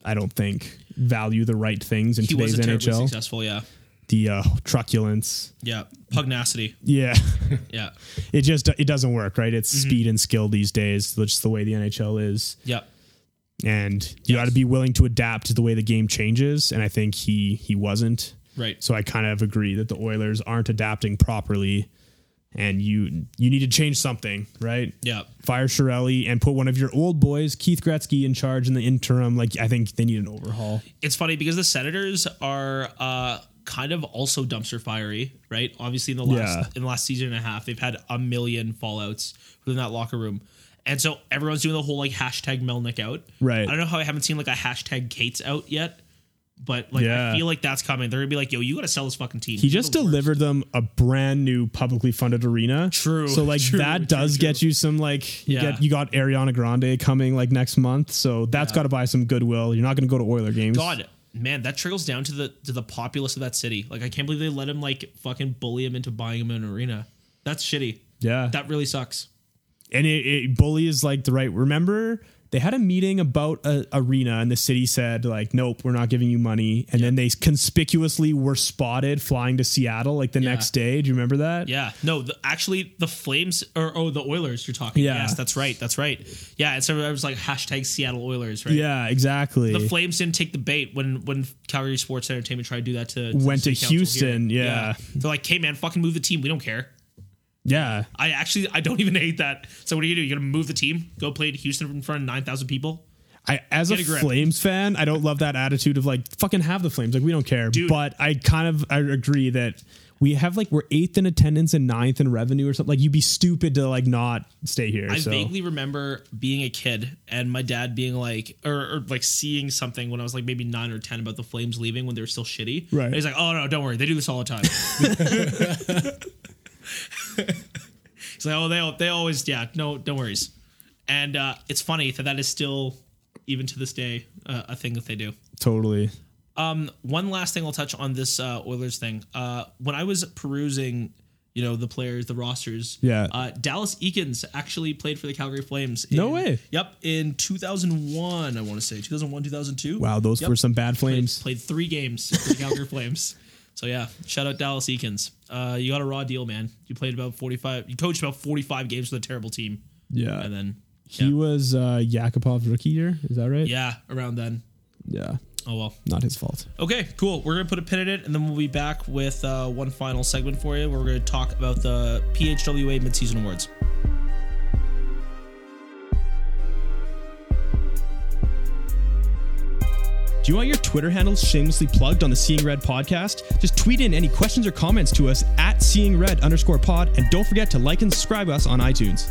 S2: I don't think, value the right things in
S1: He
S2: today's
S1: wasn't terribly
S2: NHL.
S1: successful. Yeah,
S2: The uh, truculence.
S1: yeah. Pugnacity.
S2: Yeah.
S1: Yeah,
S2: it just it doesn't work right it's speed and skill these days that's just the way the nhl is
S1: yeah.
S2: and you got to be willing to adapt to the way the game changes and i think he he wasn't
S1: Right.
S2: so i kind of agree that the oilers aren't adapting properly and you you need to change something right
S1: Yeah.
S2: fire Shirelli and put one of your old boys keith gretzky in charge in the interim like i think they need an overhaul
S1: it's funny because the Senators are uh, kind of also dumpster fiery, right? Obviously, in the last
S2: Yeah.
S1: in the last season and a half, they've had a million fallouts within that locker room, and so everyone's doing the whole like hashtag Melnick out.
S2: Right.
S1: I don't know how I haven't seen like a hashtag Kate's out yet. But like,
S2: Yeah.
S1: I feel like that's coming. They're gonna be like, "Yo, you gotta sell this fucking team."
S2: He
S1: He's
S2: just
S1: the worst.
S2: delivered them a brand new publicly funded arena.
S1: True,
S2: So like
S1: true,
S2: that
S1: true,
S2: does
S1: true.
S2: get you some like you
S1: Yeah.
S2: get you got Ariana Grande coming like next month. So that's got to buy some goodwill. You're not going to go to Oiler games.
S1: God, man, that trickles down to the to the populace of that city. Like, I can't believe they let him like fucking bully him into buying him an arena. That's shitty.
S2: Yeah.
S1: That really sucks.
S2: and it, it bully is like the right. Remember they had a meeting about a arena and the city said like nope we're not giving you money and then they conspicuously were spotted flying to Seattle like the next day. Do you remember that?
S1: Yeah. No, the, actually, the Flames or oh, the Oilers. You're talking.
S2: Yeah.
S1: Yes, that's right. That's right. Yeah. And so I was like hashtag Seattle Oilers. Right.
S2: Yeah, exactly.
S1: The Flames didn't take the bait when when Calgary Sports Entertainment tried to do that to, the
S2: Went to
S1: city council here.
S2: Houston, yeah.
S1: They're like, hey man, fucking move the team. We don't care.
S2: yeah.
S1: I actually I don't even hate that. So what do you do? You're gonna move the team? Go play in Houston in front of nine thousand people?
S2: I as a,
S1: Get a grip.
S2: Flames fan, I don't love that attitude of like fucking have the Flames, like we don't care.
S1: Dude.
S2: But I kind of I agree that we have like we're eighth in attendance and ninth in revenue or something. Like you'd be stupid to like not stay here.
S1: I
S2: so
S1: vaguely remember being a kid and my dad being like, or, or like seeing something when I was like maybe nine or ten about the Flames leaving when they were still shitty.
S2: Right.
S1: And he's like, oh no, don't worry, they do this all the time. he's like, oh, they they always yeah, no, don't worries. And uh, it's funny that that is still even to this day uh, a thing that they do.
S2: totally.
S1: one last thing I'll touch on this uh, Oilers thing. Uh, when I was perusing, you know, the players, the rosters.
S2: Yeah.
S1: Uh, Dallas Eakins actually played for the Calgary Flames.
S2: No
S1: in-
S2: way.
S1: Yep, in 2001, I want to say 2001, 2002.
S2: Wow, those
S1: Yep.
S2: were some bad
S1: Played,
S2: Flames.
S1: played three games for the Calgary Flames. So yeah, shout out Dallas Eakins. Uh, you got a raw deal, man. You played about 45. You coached about 45 games with a terrible team,
S2: Yeah,
S1: and then
S2: he was uh Yakupov's rookie year. Is that right?
S1: yeah, around then.
S2: yeah,
S1: Oh well.
S2: not his fault.
S1: Okay, cool. We're gonna put a pin in it, and then we'll be back with uh, one final segment for you. Where we're gonna talk about the PHWA midseason awards.
S2: Do you want your Twitter handles shamelessly plugged on the Seeing Red podcast? Just tweet in any questions or comments to us at Seeing Red underscore pod, and don't forget to like and subscribe us on iTunes.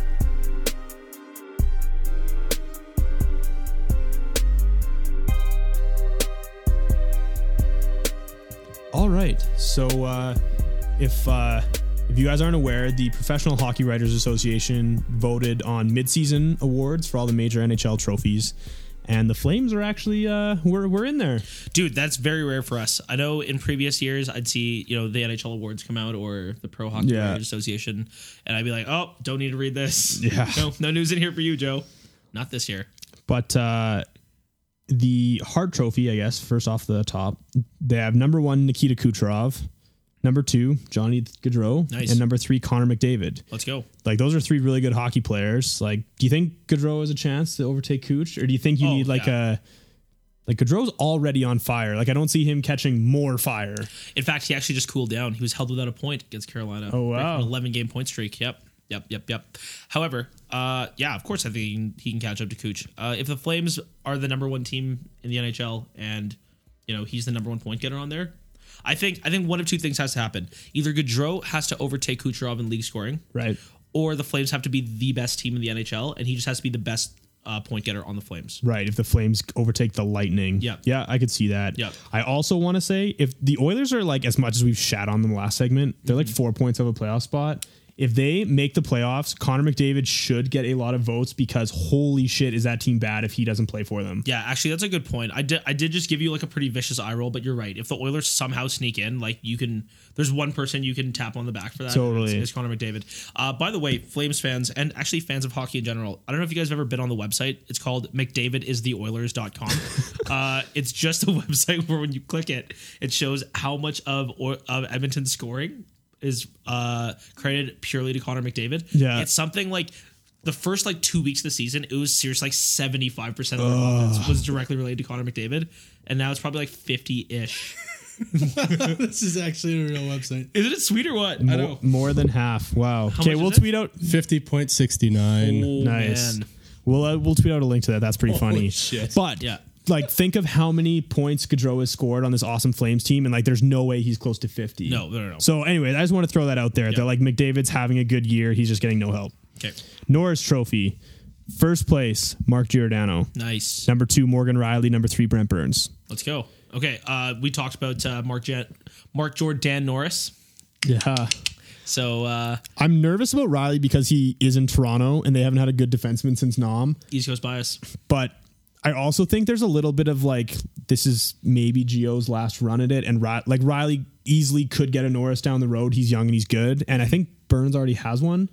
S2: All right. So, uh, if uh, if you guys aren't aware, the Professional Hockey Writers Association voted on midseason awards for all the major NHL trophies, and the Flames are actually uh, we're we're in there.
S1: Dude, that's very rare for us. I know in previous years I'd see you know the NHL awards come out or the Pro Hockey
S2: Yeah.
S1: Writers Association, and I'd be like, oh, don't need to read this.
S2: Yeah.
S1: no, no news in here for you, Joe. Not this year.
S2: But uh, the Hart Trophy, I guess, first off the top, they have number one Nikita Kucherov, number two Johnny Gaudreau,
S1: Nice.
S2: and number three Connor McDavid.
S1: Let's go.
S2: Like those are three really good hockey players. Like, do you think Gaudreau has a chance to overtake Cooch, or do you think you
S1: Oh,
S2: need like
S1: yeah.
S2: a like Gaudreau's already on fire? Like, I don't see him catching more fire.
S1: In fact, he actually just cooled down. He was held without a point against Carolina.
S2: Oh,
S1: Breaking
S2: wow.
S1: an eleven game point streak. Yep, yep, yep, yep. However, uh, yeah, of course, I think he can, he can catch up to Cooch. Uh, if the Flames are the number one team in the NHL, and you know he's the number one point getter on there, I think I think one of two things has to happen. Either Gaudreau has to overtake Kucherov in league scoring,
S2: Right.
S1: or the Flames have to be the best team in the NHL, and he just has to be the best uh, point getter on the Flames.
S2: Right. If the Flames overtake the Lightning.
S1: Yep.
S2: Yeah, I could see that.
S1: Yep.
S2: I also want to say if the Oilers are like as much as we've shat on them last segment, they're
S1: Mm-hmm.
S2: like four points of a playoff spot. If they make the playoffs, Connor McDavid should get a lot of votes because holy shit is that team bad if he doesn't play for them.
S1: Yeah, actually, that's a good point. I did, I did just give you like a pretty vicious eye roll, but you're right. If the Oilers somehow sneak in, like you can, there's one person you can tap on the back for that.
S2: Totally.
S1: and It's, it's Connor McDavid. Uh, by the way, Flames fans and actually fans of hockey in general, I don't know if you guys have ever been on the website. It's called McDavidisTheOilers.com. uh, it's just a website where when you click it, it shows how much of or, of Edmonton's scoring is uh, credited purely to Connor McDavid.
S2: Yeah.
S1: it's something like the first like two weeks of the season, it was serious like seventy five percent of the offense was directly related to Connor McDavid, and now it's probably like fifty ish.
S3: this is actually a real website.
S1: Isn't it sweet or what? I
S2: More,
S1: don't know.
S2: more than half. Wow. Okay,
S1: much
S2: we'll
S1: is it?
S2: tweet out
S3: Fifty point sixty nine.
S1: Oh,
S2: Nice.
S1: man.
S2: We'll uh, we'll tweet out a link to that. That's pretty funny.
S3: shit.
S2: But
S1: Yeah.
S2: like think of how many points Gaudreau has scored on this awesome Flames team, and like there's no way he's close to fifty.
S1: No, no, no, no.
S2: So anyway, I just want to throw that out there. That like McDavid's having a good year. He's just getting no help.
S1: Okay,
S2: Norris Trophy, first place Mark Giordano.
S1: nice.
S2: Number two Morgan Riley. Number three Brent Burns.
S1: Let's go. Okay. Uh, we talked about uh, Mark Jan- Mark Jordan Norris.
S2: Yeah.
S1: So uh,
S2: I'm nervous about Riley because he is in Toronto and they haven't had a good defenseman since Nam.
S1: East Coast bias.
S2: But I also think there's a little bit of like this is maybe Gio's last run at it, and Ri- like Riley easily could get a Norris down the road. He's young and he's good, and I think Burns already has one,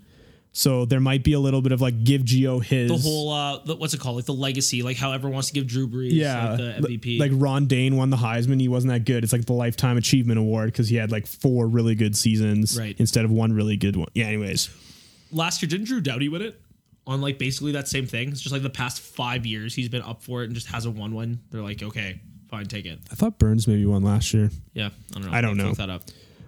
S2: so there might be a little bit of like give Gio his
S1: The whole uh, the, what's it called? Like the legacy. Like how everyone wants to give Drew Brees
S2: yeah
S1: like the MVP.
S2: Like Ron Dane won the Heisman, he wasn't that good. It's like the lifetime achievement award because he had like four really good seasons
S1: Right.
S2: instead of one really good one. Yeah, anyways,
S1: last year, didn't Drew Doughty win it? On like basically that same thing. It's just like the past five years he's been up for it and just hasn't won one. They're like, okay, fine, take it.
S2: I thought Burns maybe won last year.
S1: Yeah, I don't know.
S2: I don't know.
S1: Look that up.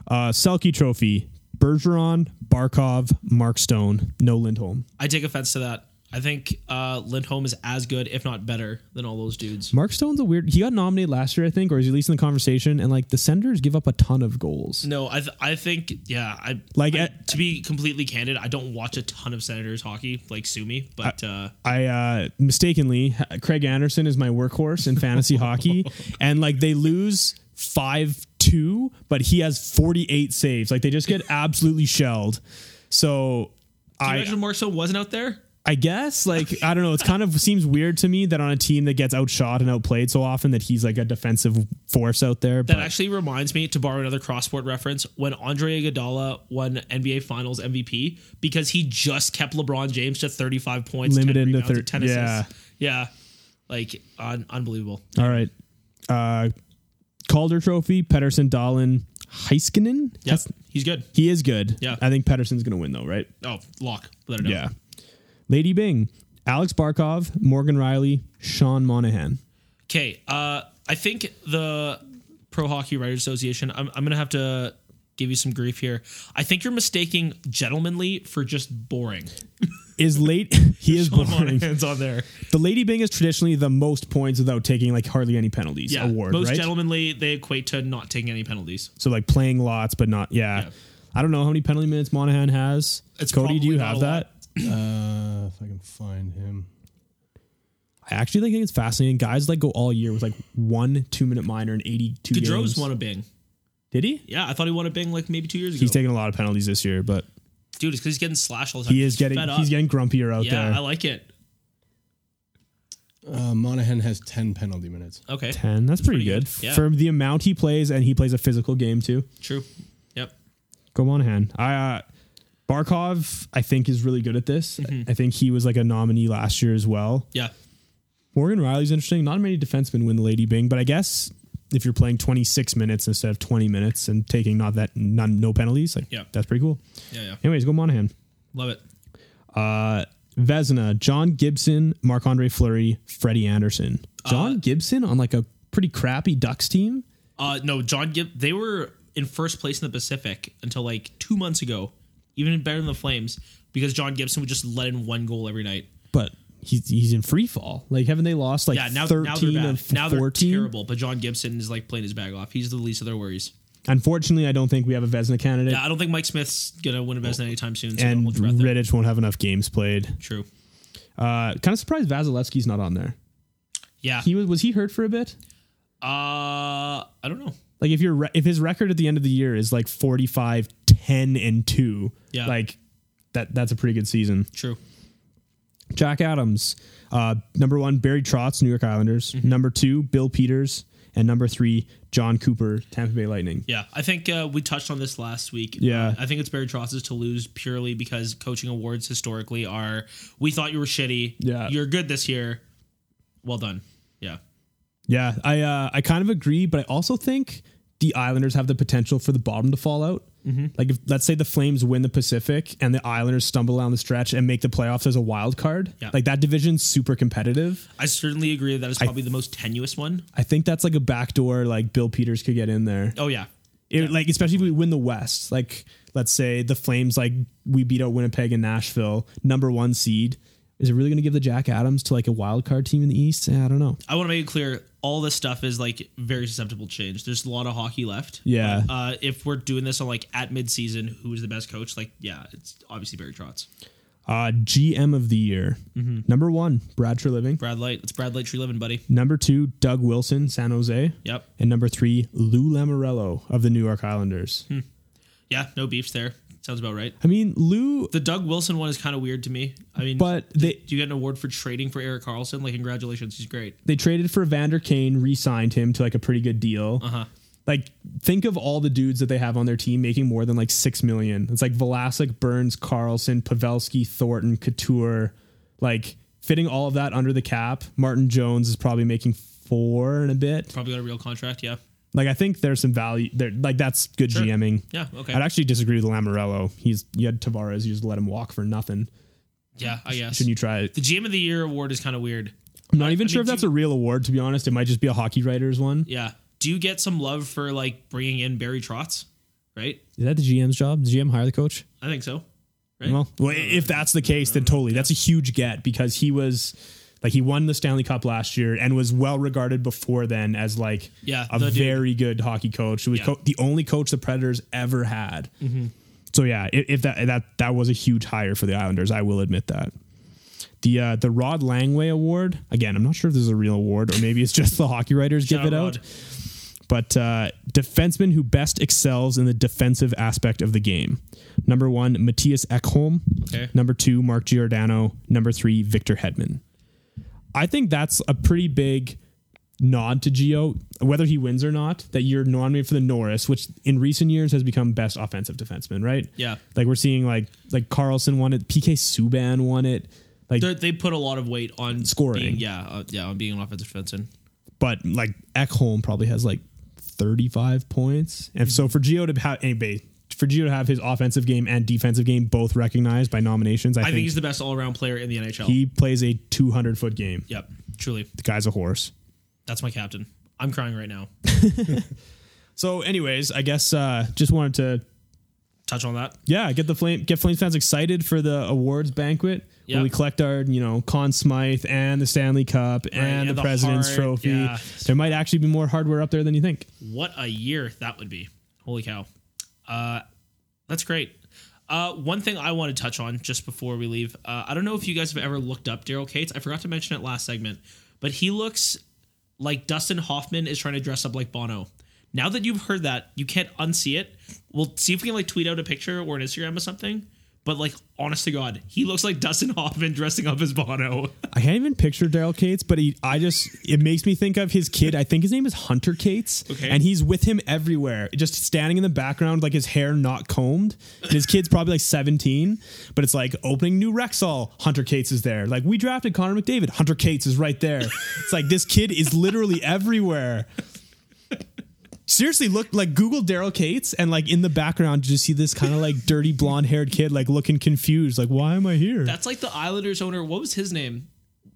S2: Uh, Selkie Trophy, Bergeron, Barkov, Mark Stone, no Lindholm.
S1: I take offense to that. I think uh, Lindholm is as good, if not better, than all those dudes.
S2: Mark Stone's a weird. He got nominated last year, I think, or he's at least in the conversation. And like the Senators give up a ton of goals.
S1: No, I th- I think yeah. I
S2: Like,
S1: I-
S2: at-
S1: to be completely candid, I don't watch a ton of Senators hockey. Like sue me, but uh,
S2: I uh, mistakenly, Craig Anderson is my workhorse in fantasy hockey, and like they lose five two, but he has forty eight saves. Like they just get absolutely shelled. So.
S1: can you
S2: I,
S1: imagine Mark Stone wasn't out there.
S2: I guess like I don't know. It's kind of seems weird to me that on a team that gets outshot and outplayed so often that he's like a defensive force out there.
S1: That
S2: But
S1: actually reminds me to borrow another cross-sport reference when Andre Iguodala won NBA Finals MVP because he just kept LeBron James to 35 points, 10
S2: Limited to
S1: rebounds,
S2: thir-
S1: and 10
S2: yeah.
S1: assists. Yeah, like un- unbelievable.
S2: all right, uh, Calder Trophy, Pedersen, Dahlin, Heiskanen.
S1: Yeah,
S2: That's-
S1: he's good.
S2: he is good.
S1: Yeah.
S2: I think Pedersen's gonna win though, right?
S1: Oh, lock. Without a doubt.
S2: Lady Bing, Alex Barkov, Morgan Riley, Sean Monahan.
S1: Okay, uh, I think the Pro Hockey Writers Association. I'm, I'm gonna have to give you some grief here. I think you're mistaking gentlemanly for just boring.
S2: Is late. he is
S1: Sean
S2: boring.
S1: Monahan's on there.
S2: The Lady Bing is traditionally the most points without taking like hardly any penalties
S1: Yeah,
S2: award,
S1: most
S2: right?
S1: gentlemanly they equate to not taking any penalties.
S2: so like playing lots, but not. Yeah.
S1: Yeah.
S2: I don't know how many penalty minutes Monahan has.
S1: It's
S2: Cody, do you
S1: probably not
S2: have
S1: a
S2: that?
S1: lot.
S3: Uh, if I can find him.
S2: I actually think it's fascinating. Guys like go all year with like one two minute minor and eighty two.
S1: Gaudreau's
S2: games.
S1: won a Bing.
S2: Did he?
S1: Yeah, I thought he won a Bing like maybe two years ago.
S2: He's taking a lot of penalties this year, but
S1: Dude, it's because he's getting slashed all the time.
S2: he is getting
S1: fed up.
S2: he's getting grumpier out
S1: Yeah,
S2: there.
S1: I like it.
S3: Uh, Monahan has 10 penalty minutes.
S1: Okay,
S2: 10. That's, pretty,
S1: pretty
S2: good.
S1: good. Yeah.
S2: For the amount he plays, and he plays a physical game too.
S1: true. Yep.
S2: Go Monahan. I, uh, Barkov, I think, is really good at this.
S1: Mm-hmm.
S2: I think he was like a nominee last year as well.
S1: Yeah.
S2: Morgan Riley's interesting. Not many defensemen win the Lady Bing, but I guess if you're playing 26 minutes instead of 20 minutes and taking not that none no penalties, like
S1: Yeah.
S2: that's pretty cool.
S1: Yeah. Yeah.
S2: Anyways, go Monahan.
S1: Love it.
S2: Uh, Vezina, John Gibson, Marc Andre Fleury, Freddie Anderson. John Gibson on like a pretty crappy Ducks team.
S1: Uh, no, John Gibb. They were in first place in the Pacific until like two months ago, even better than the Flames because John Gibson would just let in one goal every night.
S2: but he's he's in free fall. Like haven't they lost like
S1: Yeah, now now they're
S2: thirteen
S1: bad.
S2: of
S1: now they're
S2: fourteen?
S1: terrible, but John Gibson is like playing his bag off. He's the least of their worries.
S2: Unfortunately, I don't think we have a Vesna candidate,
S1: Yeah, I don't think Mike Smith's gonna win a Vesna anytime soon. So
S2: and
S1: don't hold your breath.
S2: Riddich won't have enough games played.
S1: True.
S2: Uh, kind of surprised Vasilevsky's not on there.
S1: Yeah.
S2: He was was he hurt for a bit?
S1: uh, I don't know.
S2: Like if your re- if his record at the end of the year is like 45, 10, and two,
S1: Yeah.
S2: like that that's a pretty good season.
S1: True.
S2: Jack Adams, uh, number one Barry Trotz, New York Islanders. Number two Bill Peters, and number three John Cooper, Tampa Bay Lightning.
S1: Yeah, I think uh, we touched on this last week.
S2: Yeah.
S1: Uh, I think it's Barry Trotz's to lose purely because coaching awards historically are we thought you were shitty.
S2: Yeah.
S1: you're good this year. Well done. Yeah,
S2: Yeah, I uh, I kind of agree, but I also think the Islanders have the potential for the bottom to fall out. Like, if, let's say the Flames win the Pacific and the Islanders stumble down the stretch and make the playoffs as a wild card.
S1: Yeah.
S2: Like that division's super competitive.
S1: I certainly agree. That is probably the most tenuous one.
S2: I think that's like a backdoor. Like Bill Peters could get in there.
S1: Oh yeah,
S2: It, Like especially if we win the West. Like let's say the Flames like we beat out Winnipeg and Nashville, number one seed. Is it really going to give the Jack Adams to like a wild card team in the East? Eh, I don't know.
S1: I want to make it clear. All this stuff is like very susceptible to change. There's a lot of hockey left.
S2: Yeah.
S1: Uh, if we're doing this on like at midseason, who is the best coach? Like, yeah, it's obviously Barry Trotz.
S2: Uh, GM of the year. Number one, Brad Living.
S1: Brad Light. It's Brad Light Tree Living, buddy.
S2: Number two, Doug Wilson, San Jose.
S1: Yep.
S2: And number three, Lou Lamorello of the New York Islanders.
S1: Yeah, no beefs there. Sounds about right.
S2: I mean, Lou,
S1: The Doug Wilson one is kind of weird to me. I mean,
S2: but they
S1: do you get an award for trading for Eric Carlson? Like, congratulations, he's great.
S2: they traded for Vander Kane, re-signed him to like a pretty good deal.
S1: Uh-huh.
S2: Like, think of all the dudes that they have on their team making more than like six million. It's like Velasic, Burns, Carlson, Pavelski, Thornton, Couture. Like fitting all of that under the cap. Martin Jones is probably making four and a bit.
S1: Probably got a real contract. Yeah.
S2: Like I think there's some value there. Like that's good GMing.
S1: Yeah. Okay.
S2: I'd actually disagree with Lamorello. He's you had Tavares, you just let him walk for nothing.
S1: yeah, I guess.
S2: Shouldn't you try it?
S1: the GM of the Year award is kind of weird.
S2: I'm not even
S1: I
S2: sure
S1: mean,
S2: if that's
S1: do-
S2: a real award, to be honest. It might just be a hockey writers one.
S1: Yeah. Do you get some love for like bringing in Barry Trotz? Right.
S4: Is that the GM's job? Does GM hire the coach?
S1: I think so. Right.
S2: Well, well, if that's the case, then totally. That's a huge get because he was like he won the Stanley Cup last year and was well regarded before then as like
S1: Yeah,
S2: a
S1: the dude.
S2: very good hockey coach. He was
S1: Yeah. Mm-hmm.
S2: co- the only coach the Predators ever had. So yeah, if, if that that that was a huge hire for the Islanders, I will admit that. The uh, the Rod Langway Award again. I'm not sure if this is a real award or maybe it's just the hockey writers give
S1: Shout
S2: it
S1: out
S2: out. but uh, defenseman who best excels in the defensive aspect of the game. Number one, Matthias Ekholm.
S1: Okay.
S2: Number two, Mark Giordano. Number three, Victor Hedman. I think that's a pretty big nod to Gio, whether he wins or not, that you're nominated for the Norris, which in recent years has become best offensive defenseman, right?
S1: Yeah.
S2: Like we're seeing like like Carlson won it, PK Subban won it. Like
S1: They're, they put a lot of weight on
S2: Scoring.
S1: being- yeah, uh, yeah, on being an offensive defenseman.
S2: but like Ekholm probably has like 35 points. And so for Gio to have anybody for Gio to have his offensive game and defensive game both recognized by nominations, I,
S1: I think
S2: think,
S1: he's the best all around player in the NHL.
S2: he plays a 200 foot game.
S1: yep, truly,
S2: The guy's a horse.
S1: that's my captain. I'm crying right now.
S2: So, anyways, I guess uh, just wanted to
S1: Touch on that.
S2: yeah get the flame get Flames fans excited for the awards banquet.
S1: Yeah.
S2: Where we collect our, you know, Conn Smythe and the Stanley Cup and,
S1: and
S2: the,
S1: the
S2: President's
S1: heart,
S2: Trophy.
S1: yeah.
S2: There might actually be more hardware up there than you think.
S1: What a year that would be. Holy cow. Uh, that's great. Uh, one thing I want to touch on just before we leave. Uh, I don't know if you guys have ever looked up Daryl Cates. I forgot to mention it last segment, but he looks like Dustin Hoffman is trying to dress up like Bono. Now that you've heard that, you can't unsee it. We'll see if we can like tweet out a picture or an Instagram or something. But like, honest to God, he looks like Dustin Hoffman dressing up as Bono.
S2: I can't even picture Daryl Cates, but he, I just, it makes me think of his kid. I think his name is Hunter Cates.
S1: Okay.
S2: And he's with him everywhere, just standing in the background, like his hair not combed. And his kid's probably like 17, but it's like opening new Rexall. Hunter Cates is there. Like we drafted Connor McDavid. Hunter Cates is right there. It's like this kid is literally everywhere. Seriously, look like Google Daryl Cates, and like in the background, you just see this kind of like dirty blonde haired kid, like looking confused, like, why am I here?
S1: That's like the Islanders owner. What was his name?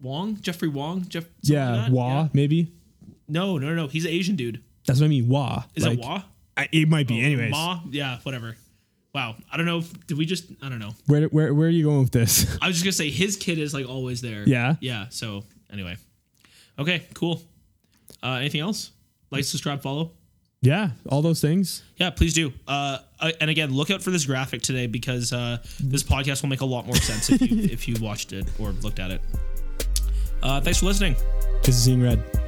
S1: Wong? Jeffrey Wong? Jeff? something like
S2: yeah,
S1: that?
S2: wah, maybe.
S1: No, no, no. He's an Asian dude.
S2: That's what I mean. Wah.
S1: Is
S2: Like,
S1: it Wah?
S2: I, it might be. Anyways,
S1: Ma? Yeah, whatever. Wow. I don't know. If, did we just? I don't know.
S2: where, where where are you going with this?
S1: I was just gonna say his kid is like always there.
S2: Yeah.
S1: Yeah. So anyway, okay, cool. Uh, anything else? Like, subscribe, follow.
S2: yeah, all those things.
S1: Yeah, please do. Uh, I- and again, look out for this graphic today because uh, this podcast will make a lot more sense if you if you watched it or looked at it. Uh, thanks for listening.
S2: This is seeing red.